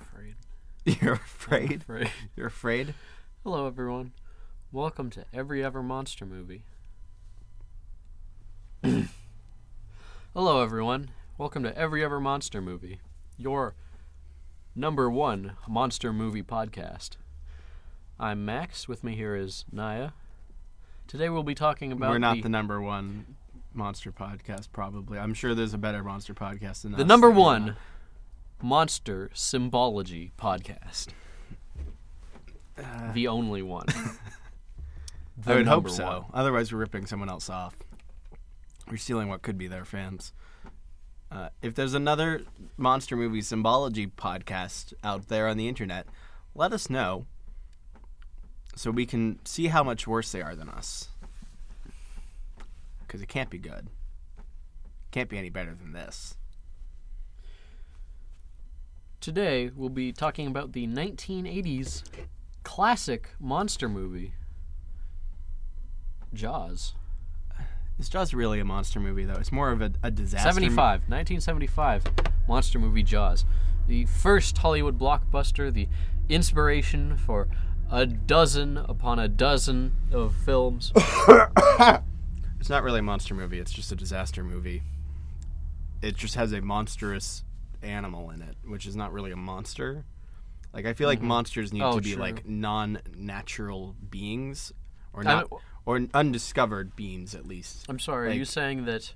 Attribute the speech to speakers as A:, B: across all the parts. A: afraid.
B: You're
A: I'm
B: afraid?
A: afraid.
B: You're afraid?
A: Hello, everyone. Welcome to Every Ever Monster Movie. Hello, everyone. Welcome to Every Ever Monster Movie, your number one monster movie podcast. I'm Max. With me here is Naya. Today we'll be talking about
B: We're not the,
A: the,
B: number one monster podcast, probably. I'm sure there's a better monster podcast than
A: the
B: us.
A: number
B: There's
A: one
B: not.
A: monster symbology podcast. the only one. The
B: Uh, I would hope
A: number
B: so.
A: one.
B: Otherwise, we're ripping someone else off. We're stealing what could be their fans. Uh, if there's another monster movie symbology podcast out there on the internet, let us know so we can see how much worse they are than us. Because it can't be good. Can't be any better than this.
A: Today, we'll be talking about the 1980s classic monster movie, Jaws.
B: Is Jaws really a monster movie, though? It's more of a, a disaster. mo-
A: 75, 1975, monster movie Jaws. The first Hollywood blockbuster, the inspiration for a dozen upon a dozen of films.
B: It's not really a monster movie. It's just a disaster movie. It just has a monstrous animal in it, which is not really a monster. Like I feel like monsters need
A: Oh,
B: to be
A: true.
B: like non-natural beings, or
A: I
B: not, or undiscovered beings at least.
A: I'm sorry, are
B: Like-
A: you saying that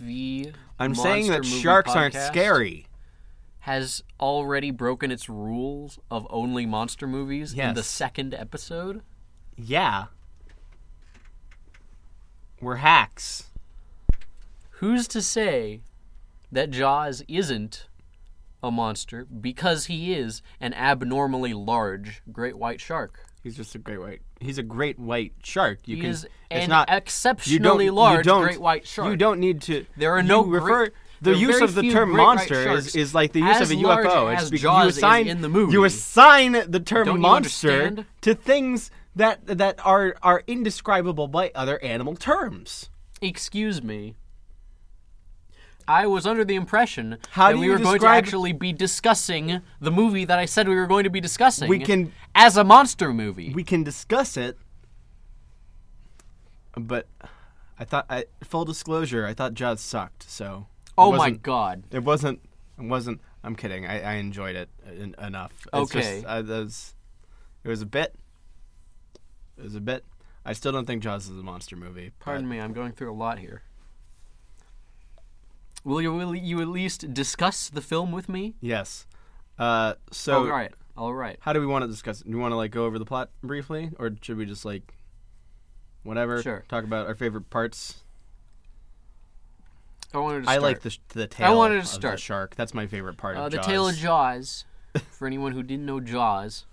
A: the
B: I'm saying that
A: Monster Movie
B: sharks aren't
A: podcast
B: scary.
A: has already broken its rules of only monster movies in the
B: Yes.
A: second episode?
B: Yeah, we're hacks.
A: who's to say that Jaws isn't a monster because he is an abnormally large great white shark?
B: He's just a great white. He's a great white shark. You
A: He
B: can.
A: is
B: it's
A: an
B: not you don't-
A: exceptionally
B: you
A: large
B: don't-
A: great white shark.
B: You don't need to.
A: There are
B: you
A: no
B: refer.
A: great-
B: the
A: there are
B: use
A: very
B: of the
A: few
B: term
A: great white
B: monster is,
A: sharks
B: is like the use
A: as
B: of a
A: large
B: UFO.
A: as
B: it's because
A: Jaws
B: you
A: is
B: assign
A: in the movie.
B: You assign the term
A: Don't you
B: monster
A: understand?
B: to things that that are are indescribable by other animal terms.
A: Excuse me. I was under the impression
B: How
A: that
B: do
A: we
B: you
A: were going to
B: describe-
A: actually be discussing the movie that I said we were going to be discussing
B: We can-
A: as a monster movie.
B: We can discuss it, but I thought I, full disclosure. I thought Jaws sucked. So
A: oh my
B: it wasn't-
A: god.
B: It wasn't. It wasn't. I'm kidding. I, I enjoyed it en- enough. It's
A: Okay.
B: Just, I, that was, it was a bit. It was a bit. I still don't think Jaws is a monster movie. but-
A: Pardon me, I'm going through a lot here. Will you will you at least discuss the film with me?
B: Yes. Uh, so,
A: all right, all right.
B: how do we want to discuss it? Do we want to like go over the plot briefly, or should we just like, whatever?
A: Sure.
B: Talk about our favorite parts.
A: I wanted to
B: I
A: start.
B: like the sh- the tail.
A: wanted to
B: of the
A: start.
B: shark. That's my favorite part
A: uh,
B: of
A: the
B: Jaws.
A: tale of Jaws. for anyone who didn't know Jaws,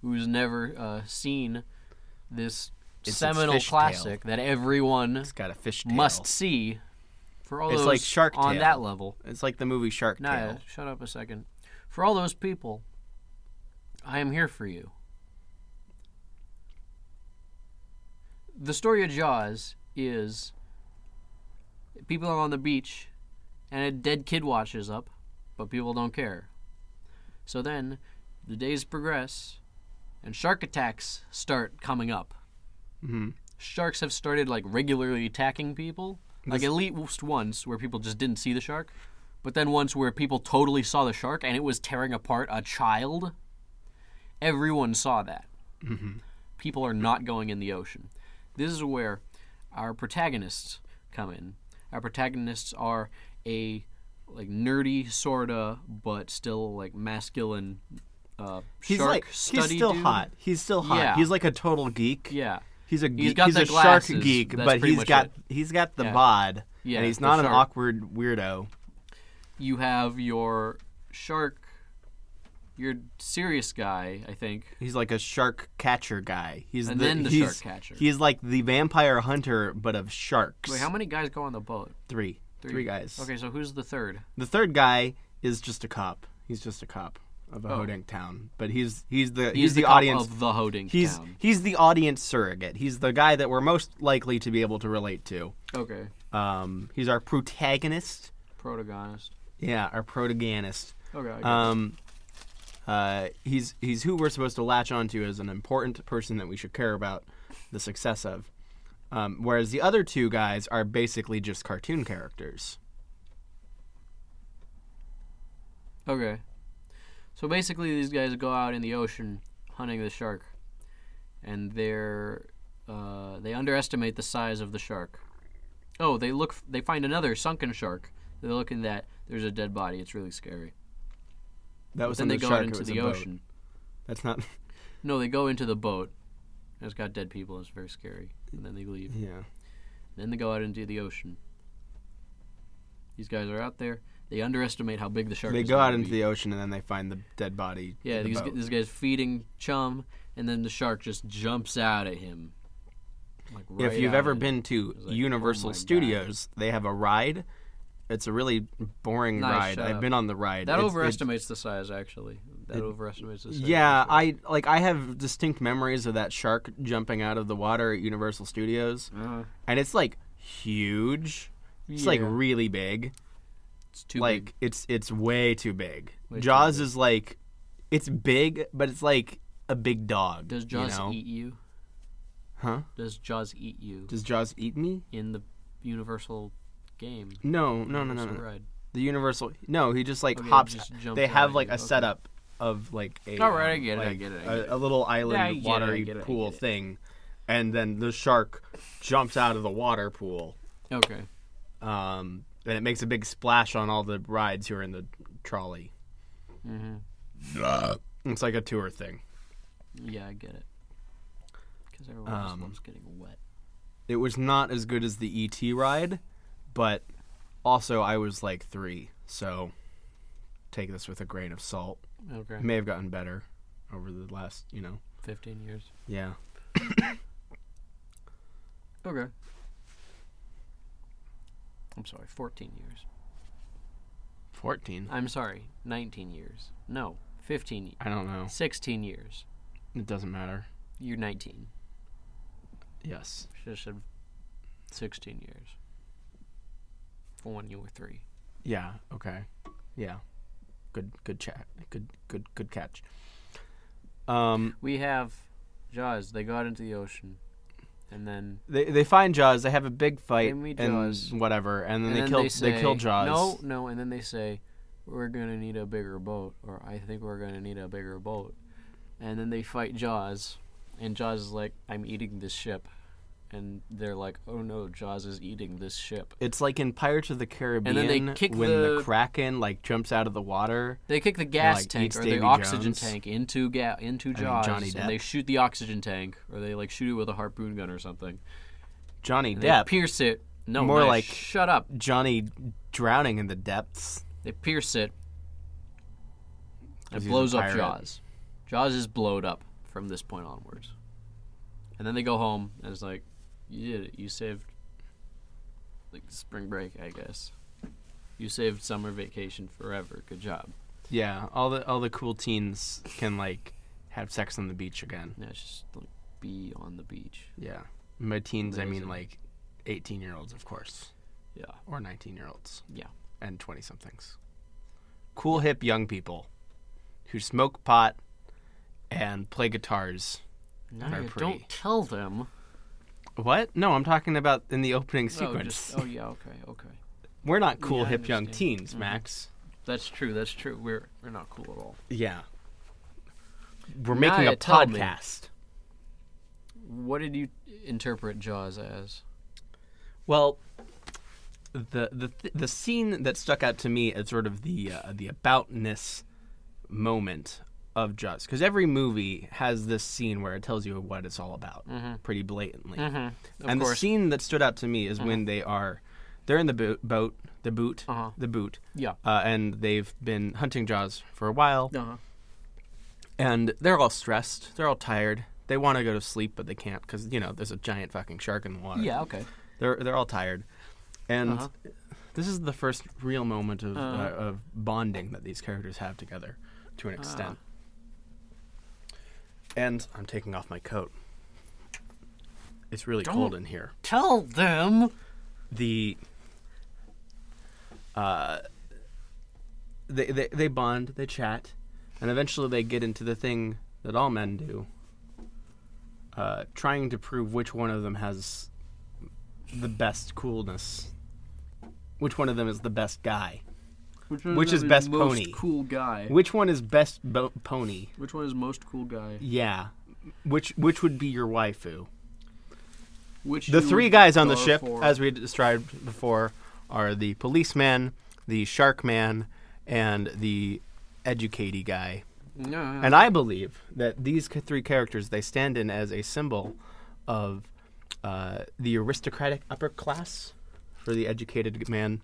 A: who's never uh, seen this
B: It's its
A: seminal
B: fish tail.
A: classic that everyone
B: It's got a fish tail.
A: must see. For all
B: It's
A: those
B: like Shark
A: on
B: Tale.
A: that level,
B: It's like the movie Shark
A: Naya,
B: Tale.
A: shut up a second. For all those people, I am here for you. The story of Jaws is people are on the beach and a dead kid washes up, but people don't care. So then the days progress and shark attacks start coming up.
B: Mhm.
A: Sharks have started like regularly attacking people, like at least once where people just didn't see the shark, but then once where people totally saw the shark and it was tearing apart a child. Everyone saw that.
B: Mm-hmm.
A: People are not going in the ocean. This is where our protagonists come in. Our protagonists are a like nerdy sorta, but still like masculine uh,
B: He's
A: shark
B: like he's
A: study
B: still
A: dude.
B: hot. He's still hot.
A: Yeah.
B: He's like a total geek.
A: Yeah,
B: He's a geek. He's,
A: got
B: a
A: the
B: shark
A: glasses.
B: geek,
A: That's
B: but
A: pretty
B: he's
A: much
B: got
A: it.
B: he's got the
A: Yeah.
B: bod.
A: Yeah,
B: and he's
A: the
B: not an
A: shark.
B: awkward weirdo.
A: you have your shark, your serious guy, I think.
B: He's like a shark catcher guy. He's
A: And
B: the,
A: then the
B: he's-
A: shark catcher.
B: He's like the vampire hunter, but of sharks.
A: Wait, how many guys go on the boat?
B: Three. Three. guys.
A: Okay, so who's the third?
B: The third guy is just a cop. He's just a cop of a Hodink town, but he's he's the
A: Oh. He
B: he's
A: is
B: the,
A: cop
B: audience.
A: of the Hoding
B: he's
A: town.
B: he's the audience surrogate. He's the guy that we're most likely to be able to relate to.
A: Okay,
B: Um, he's our protagonist.
A: protagonist.
B: Yeah, our protagonist.
A: Okay, I get it.
B: Um, Uh, he's he's who we're supposed to latch onto as an important person that we should care about the success of. Um, whereas the other two guys are basically just cartoon characters.
A: Okay. So basically, these guys go out in the ocean hunting the shark, and they're uh, they underestimate the size of the shark. Oh, they look. f- They find another sunken shark. They look in that. There's a dead body. It's really scary.
B: That
A: But
B: was
A: then
B: in
A: they
B: the
A: go
B: shark.
A: out
B: it
A: into
B: was
A: the
B: a boat.
A: ocean.
B: That's not.
A: No, they go into the boat. and It's got dead people. It's very scary. And then they leave.
B: Yeah.
A: Then they go out into the ocean. These guys are out there. They underestimate how big the shark
B: They
A: is.
B: go
A: going
B: out
A: to
B: into
A: be.
B: the ocean and then they find the dead body.
A: Yeah,
B: in the
A: these,
B: boat.
A: this guy's feeding chum, and then the shark just jumps out at him. Like
B: if
A: right
B: you've
A: out
B: ever
A: at him.
B: been to
A: was like, "Oh
B: Universal
A: my God."
B: Studios, they have a ride. It's a really boring
A: Nice,
B: ride.
A: shut
B: I've
A: up.
B: been on the ride.
A: that
B: It's- it's-
A: overestimates the size, actually. That overestimates the size.
B: Yeah, I like I have distinct memories of that shark jumping out of the water at Universal Studios,
A: Uh,
B: and it's like huge. It's like
A: Yeah.
B: really big.
A: it's too
B: like
A: big.
B: it's it's way too big.
A: Way too
B: Jaws is like it's big, but it's like a big dog.
A: Does
B: you
A: Jaws
B: know?
A: eat you?
B: Huh?
A: Does Jaws eat you
B: Does Jaws eat me?
A: in the Universal game?
B: No, no, no, no,
A: Universal
B: no.
A: Ride.
B: The Universal. No, he just like
A: Okay, it
B: hops.
A: just jumps
B: they
A: out
B: have
A: at
B: like
A: you,
B: a
A: okay.
B: setup of like a.
A: All right, I
B: um,
A: get it, I
B: like,
A: get it, I
B: a-
A: get it.
B: a, little
A: Yeah, I get
B: island
A: it, I
B: watery
A: get it, I
B: pool
A: get it.
B: thing, and then the shark jumps out of the water pool,
A: Okay.
B: um, and it makes a big splash on all the rides who are in the trolley.
A: hmm
B: It's like a tour thing.
A: Yeah, I get it. Because everyone
B: Um,
A: just loves getting wet.
B: It was not as good as the ET ride, but also I was like three, so take this with a grain of salt. It
A: Okay.
B: may have gotten better over the last, you know.
A: 15 years.
B: Yeah.
A: Okay. I'm sorry, 14 years.
B: 14.
A: I'm sorry, 19 years. No, 15, y-
B: I don't know.
A: 16 years.
B: It doesn't matter.
A: You're 19.
B: Yes.
A: Should have said 16 years. For when you were three.
B: Yeah. Okay. Yeah. Good. Good chat. Good. Good. Good catch. Um,
A: We have Jaws. They got into the ocean. And then.
B: they they find Jaws. They have a big fight
A: They meet
B: and
A: Jaws.
B: whatever, and then
A: and
B: they
A: then
B: kill
A: they, say,
B: kill Jaws.
A: No, no. And then they say, we're going to need a bigger boat. Or I think we're going to need a bigger boat. And then they fight Jaws. And Jaws is like, I'm eating this ship. And they're like, oh no, Jaws is eating this ship.
B: It's like in Pirates of the Caribbean
A: they kick
B: when the...
A: the-
B: Kraken like jumps out of the water.
A: They kick the gas
B: like,
A: tank
B: eats
A: or
B: Davy
A: the oxygen
B: Jones.
A: tank into ga- into
B: mean,
A: Jaws,
B: Johnny Depp.
A: and they shoot the oxygen tank, or they like shoot it with a harpoon gun or something.
B: Johnny
A: They
B: Depp.
A: pierce it. No,
B: More
A: more like
B: like-
A: shut up.
B: Johnny drowning in the depths.
A: They pierce it. It
B: he's a
A: blows up
B: pirate.
A: Jaws. Jaws is blowed up from this point onwards. And then they go home, and it's like, you did it. You saved like spring break, I guess. You saved summer vacation forever. Good job.
B: Yeah. All the all the cool teens can like have sex on the beach again.
A: Now it's just like be on the beach.
B: Yeah. By teens, I mean
A: Amazing.
B: like 18 year olds, of course,
A: Yeah.
B: or 19 year olds.
A: Yeah.
B: And 20 somethings. Cool, hip young people who smoke pot and play guitars.
A: No,
B: They're
A: you
B: pretty.
A: don't tell them.
B: What? No, I'm talking about in the opening sequence.
A: Oh, just, oh yeah, okay, okay.
B: We're not cool,
A: Yeah, I
B: hip young
A: understand. Mm-hmm.
B: teens, Max.
A: That's true. That's true. We're we're not cool at all.
B: Yeah. We're
A: Now
B: making a
A: you tell me.
B: podcast.
A: What did you interpret Jaws as?
B: Well, the the th- the scene that stuck out to me as sort of the uh, the aboutness moment of Jaws, because every movie has this scene where it tells you what it's all about, pretty blatantly. and the
A: Mm-hmm. course. Mm-hmm.
B: scene that stood out to me is when they are they're in the bo- boat, the boot,
A: Uh-huh.
B: the boot,
A: Yeah.
B: uh, and they've been hunting Jaws for a while,
A: Uh huh.
B: and they're all stressed, they're all tired. They want to go to sleep, but they can't because you know there's a giant fucking shark in the water.
A: Yeah. Okay.
B: They're they're all tired, and
A: Uh-huh.
B: this is the first real moment of uh,
A: Uh-huh.
B: of bonding that these characters have together, to an extent. And I'm taking off my coat. It's really cold in here.
A: Tell them.
B: The uh, they, they they bond, they chat, and eventually they get into the thing that all men do, uh, trying to prove which one of them has the best coolness, which one of them is the best guy,
A: Which,
B: Which is best
A: most
B: pony?
A: cool guy?
B: which one is best bo- pony.
A: Which one is most cool guy?
B: Yeah, which which would be your waifu?
A: Which
B: The
A: you
B: three
A: would
B: guys on the
A: go
B: ship,
A: for.
B: as we described before, are the policeman, the shark man, and the educatey guy.
A: Yeah,
B: And I believe that these ca- three characters they stand in as a symbol of uh, the aristocratic upper class for the educated man,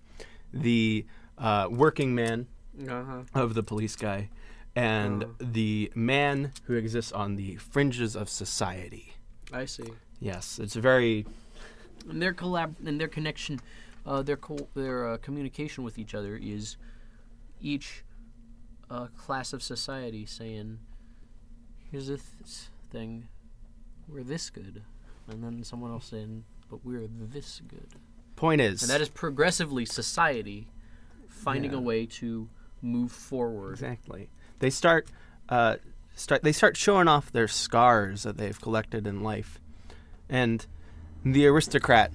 B: the uh, working man
A: yeah. Uh-huh.
B: of the police guy, and the man who exists on the fringes of society.
A: I see.
B: Yes, it's very
A: And their collab and their connection, uh, their co- their uh, communication with each other is each uh, class of society saying, "Here's this thing, we're this good," and then someone else saying, "But we're this good."
B: point is
A: And that is progressively society finding
B: Yeah.
A: a way to move forward.
B: Exactly. They start, uh, start. They start showing off their scars that they've collected in life, and the aristocrat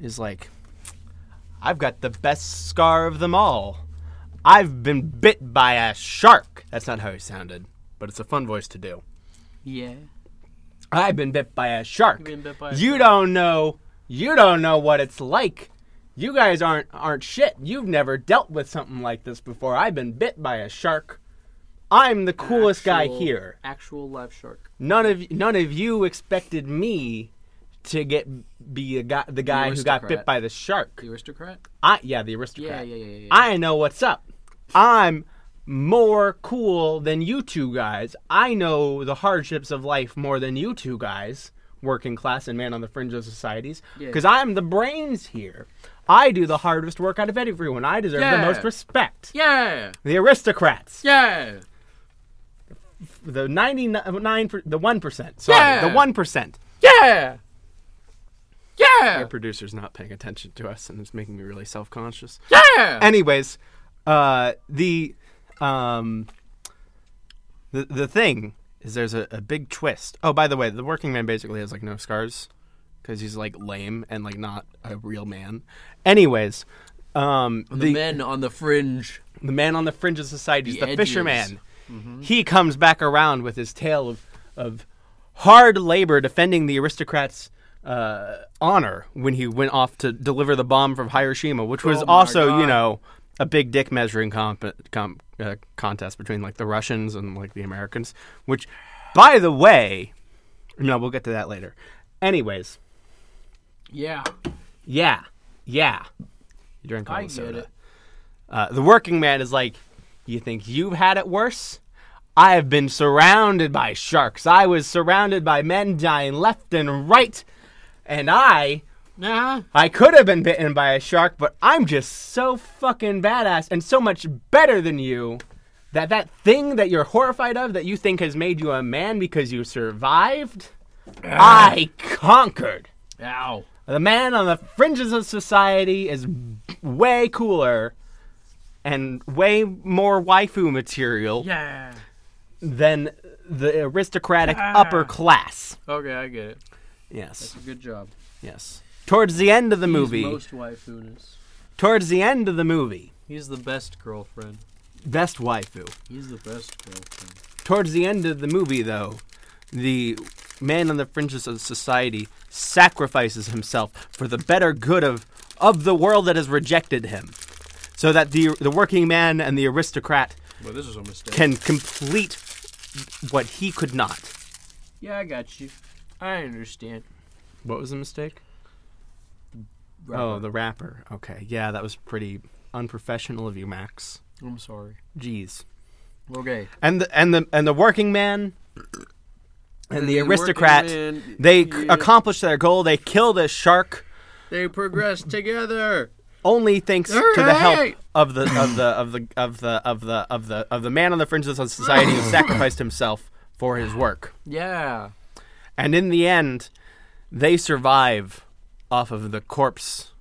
B: is like, "I've got the best scar of them all. I've been bit by a shark." That's not how he sounded, but it's a fun voice to do.
A: Yeah.
B: I've been bit by a shark.
A: been bit by a
B: you don't know. You don't know what it's like. You guys aren't aren't shit. You've never dealt with something like this before. I've been bit by a shark. I'm the coolest guy
A: Actual-
B: here.
A: Actual live shark.
B: None of y- none of you expected me to get be a guy, the guy who got bit
A: aristocrat.
B: by the shark.
A: The aristocrat?
B: I yeah, the
A: Yeah,
B: aristocrat.
A: yeah, yeah, yeah. yeah.
B: I know what's up. I'm more cool than you two guys. I know the hardships of life more than you two guys, working class and man on the fringe of societies,
A: Yeah.
B: because I'm the brains here. I do the hardest work out of everyone. I deserve the
A: Yeah.
B: most respect.
A: yeah.
B: The aristocrats,
A: Yeah.
B: the 99 per- the 1%, sorry,
A: Yeah.
B: the 1%.
A: Yeah.
B: Our
A: Yeah.
B: producer's not paying attention to us and it's making me really self-conscious.
A: Yeah.
B: anyways, uh, the um, the the thing is there's a, a big twist. Oh, by the way, the working man basically has like no scars because he's like lame and like not a real man. Anyways, um,
A: the, men on the fringe.
B: the man on the fringe of society, is
A: The
B: the,
A: edges. Mm-hmm.
B: fisherman. He comes back around with his tale of, of hard labor defending the aristocrats' uh, honor when he went off to deliver the bomb from Hiroshima, which was
A: Oh my
B: also, you
A: God.
B: know, a big dick measuring comp- comp- uh, contest between like the Russians and like the Americans. Which, by the way, no, we'll get to that later. Anyways,
A: Yeah.
B: yeah, yeah. You drink all
A: I
B: the
A: get
B: soda.
A: it.
B: Uh, the working man is like, You think you've had it worse? I have been surrounded by sharks. I was surrounded by men dying left and right. And I,
A: Nah.
B: I could have been bitten by a shark, but I'm just so fucking badass and so much better than you that that thing that you're horrified of that you think has made you a man because you survived, I conquered.
A: Ow.
B: The man on the fringes of society is way cooler and way more waifu material
A: Yeah.
B: than the aristocratic upper class.
A: Okay, I get it.
B: Yes.
A: Good job.
B: Yes. Towards the end of the movie,
A: He's most waifuness.
B: towards the end of the movie,
A: He's the best girlfriend.
B: best waifu.
A: He's the best girlfriend.
B: Towards the end of the movie though, the man on the fringes of society sacrifices himself for the better good of of the world that has rejected him. So that the the working man and the aristocrat
A: Well, this is a mistake.
B: can complete what he could not.
A: yeah, I got you. I understand.
B: What was the mistake? Oh, the rapper. Okay. Yeah, that was pretty unprofessional of you, Max.
A: I'm sorry.
B: Jeez.
A: Okay.
B: And the and the and the working man and the
A: the working
B: aristocrat,
A: man,
B: they
A: yeah.
B: c- accomplished their goal. They killed a shark.
A: They progress together.
B: Only thanks to the help
A: Hooray!
B: of the of the of the of the of the of the of the man on the fringes of society who sacrificed himself for his work.
A: Yeah.
B: And in the end, they survive off of the corpse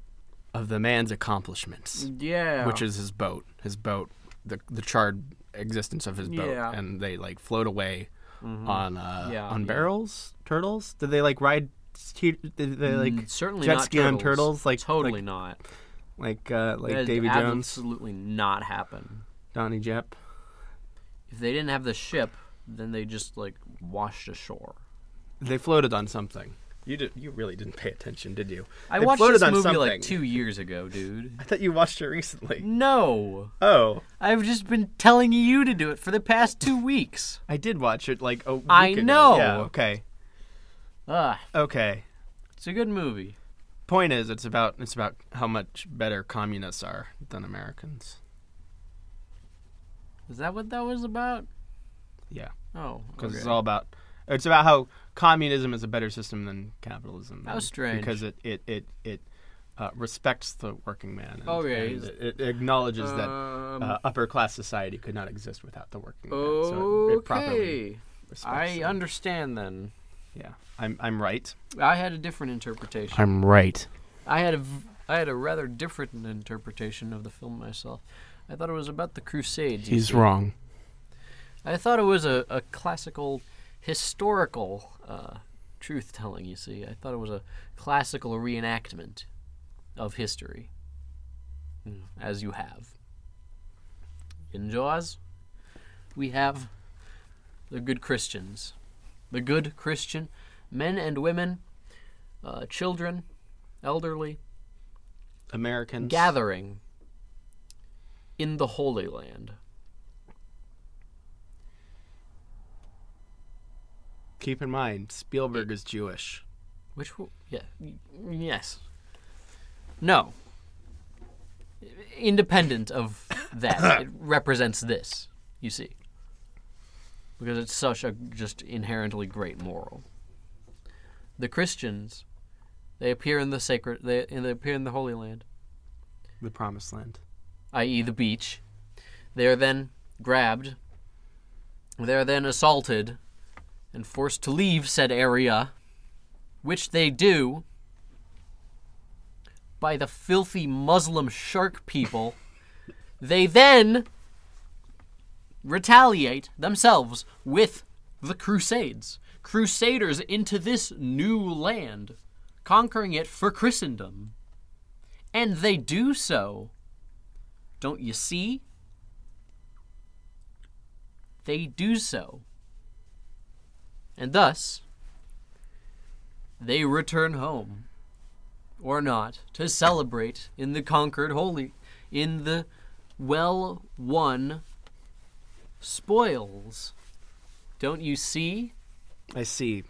B: of the man's accomplishments,
A: Yeah.
B: which is his boat. His boat, the the charred existence of his boat,
A: Yeah. Mm-hmm.
B: and they like float away on uh,
A: Yeah,
B: on
A: yeah.
B: barrels. Turtles? Did they like ride? Te- did they like
A: Mm, certainly
B: jet
A: not
B: ski
A: turtles.
B: on turtles? Like
A: totally
B: like
A: not.
B: like, uh, like
A: That'd
B: Davy Jones,
A: absolutely not happen.
B: Donnie Jep.
A: If they didn't have the ship, then they just like washed ashore.
B: They floated on something. You did, You really didn't pay attention, did you?
A: I
B: They
A: watched
B: floated
A: this
B: on
A: movie
B: something.
A: like two years ago, dude.
B: I thought you watched it recently.
A: No,
B: Oh,
A: I've just been telling you to do it for the past two weeks.
B: I did watch it like a week
A: I
B: ago.
A: know.
B: Yeah. Okay.
A: Ah,
B: Okay.
A: it's a good movie.
B: Point is, it's about it's about how much better communists are than Americans.
A: Is that what that was about?
B: Yeah,
A: Oh,
B: because
A: okay.
B: it's all about it's about how communism is a better system than capitalism.
A: How
B: and-
A: strange.
B: Because it it it it uh, respects the working man. And,
A: Okay.
B: and it, it acknowledges that.
A: Um,
B: Uh, upper class society could not exist without the working man. So it, it properly
A: okay,
B: respects
A: I
B: them.
A: understand then.
B: Yeah, I'm I'm right.
A: I had a different interpretation.
B: I'm right.
A: I had a v- I had a rather different interpretation of the film myself. I thought it was about the Crusades. you see.
B: wrong.
A: I thought it was a, a classical, historical uh, truth telling, you see. I thought it was a classical reenactment of history, Mm, as you have. In Jaws, we have the good Christians, the good Christian men and women, uh, children, elderly,
B: Americans
A: gathering in the Holy Land.
B: Keep in mind, Spielberg is Jewish.
A: Which w- yeah, y- yes. No. Independent of that, it represents this. You see, because it's such a just inherently great moral. The Christians, they appear in the sacred, they, and they appear in the Holy Land,
B: The Promised Land.
A: i.e., e, the beach. They are then grabbed. They are then assaulted and forced to leave said area, which they do by the filthy Muslim shark people. they then retaliate themselves with the Crusades. Crusaders into this new land, conquering it for Christendom. And they do so don't you see? They do so. And thus, they return home, or not, to celebrate in the conquered holy, in the well won spoils. Don't you see?
B: I see.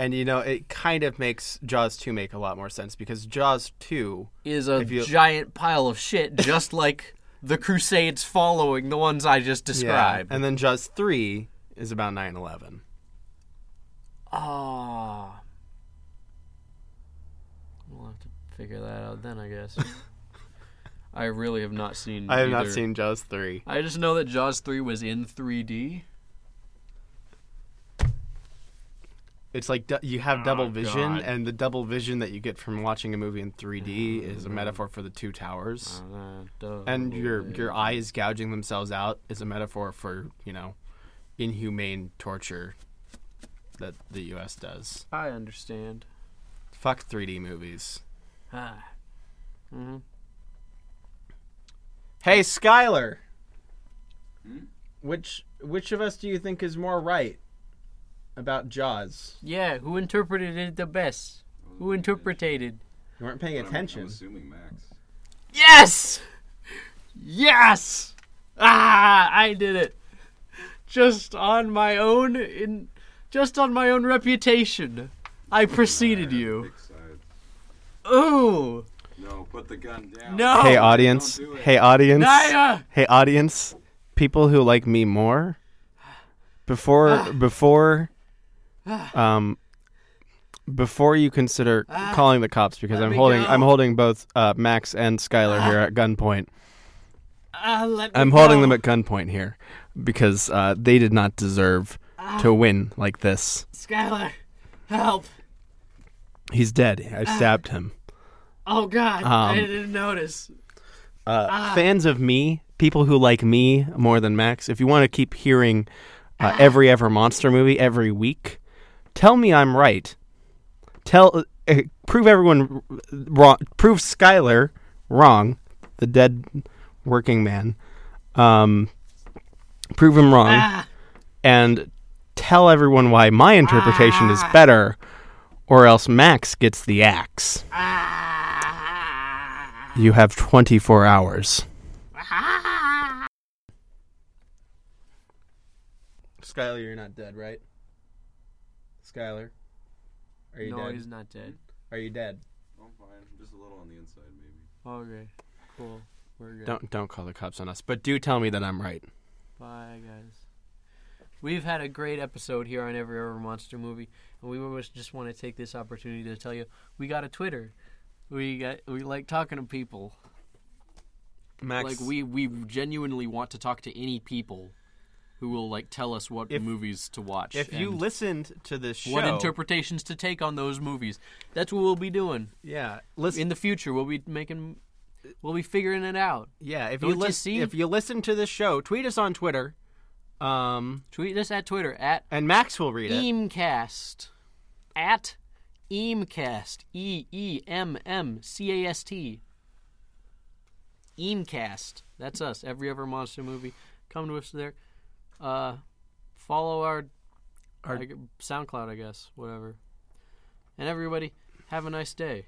B: And you know, it kind of makes Jaws 2 make a lot more sense because Jaws 2
A: Is a
B: If you-
A: giant pile of shit, just like the Crusades following the ones I just described.
B: and then Jaws 3 is about 9/11.
A: Ah. We'll have to figure that out then, I guess. I really have not seen.
B: I have not
A: either.
B: seen Jaws 3.
A: I just know that Jaws 3 was in 3D.
B: It's like du- you have double vision
A: God.
B: and the double vision that you get from watching a movie in 3D is a metaphor for the two towers.
A: Oh,
B: and your your eyes gouging themselves out is a metaphor for you know inhumane torture that the U.S. does.
A: I understand.
B: Fuck 3D movies.
A: Ah. Mm-hmm.
B: Hey, Skylar,
C: Hmm?
B: which which of us do you think is more right about Jaws?
A: Yeah, who interpreted it the best? Who interpreted?
B: You weren't paying
C: I'm
B: attention.
C: assuming Max.
A: Yes! Yes! Ah, I did it. Just on my own in just on my own reputation. I preceded you.
C: Pick sides.
A: Ooh.
C: No, put the gun down.
A: No.
B: Hey, audience.
C: Don't do it.
B: Hey, audience.
A: Naya!
B: Hey, audience. People who like me more.
A: Ah.
B: Before before um before you consider calling the cops because I'm
A: Ah. me
B: holding
A: go.
B: I'm holding both uh, Max and Skylar here at gunpoint.
A: Ah, let me
B: I'm holding
A: go.
B: them at gunpoint here because uh, they did not deserve to win like this.
A: Skylar. Help.
B: He's dead. I stabbed him. Um,
A: Oh god. I didn't notice.
B: Uh, fans of me people who like me more than Max, if you want to keep hearing uh, every ever monster movie every week, tell me I'm right. Tell uh, prove everyone r- wrong. Prove Skyler wrong, the dead working man. Um, prove him wrong, and tell everyone why my interpretation is better, or else Max gets the axe.
A: Ah.
B: You have 24 hours. Skylar, you're not dead, right? Skylar, are you
A: no,
B: dead?
A: he's not dead.
B: Are you dead?
C: I'm fine. Just a little on the inside, maybe.
A: Okay, cool. We're good.
B: Don't don't call the cops on us, but do tell me that I'm right.
A: Bye, guys. We've had a great episode here on Every Ever Monster Movie, and we almost just want to take this opportunity to tell you we got a Twitter. We got we like talking to people.
B: Max,
A: Like we we genuinely want to talk to any people who will like tell us what
B: If-
A: movies to watch.
B: if you
A: and
B: listened to this show,
A: what interpretations to take on those movies. That's what we'll be doing
B: yeah, listen,
A: in the future. We'll be making we'll be figuring it out.
B: yeah, if
A: Don't
B: you,
A: you
B: listen,
A: see?
B: if you listen to this show, tweet us on Twitter, um,
A: Tweet us at Twitter at
B: and Max will read it.
A: Eamcast at Eamcast E E M M C A S T. Eamcast. That's us. Every other monster movie. Come to us there. Uh, follow our,
B: Our-
A: I gu- SoundCloud, I guess. Whatever. And everybody, have a nice day.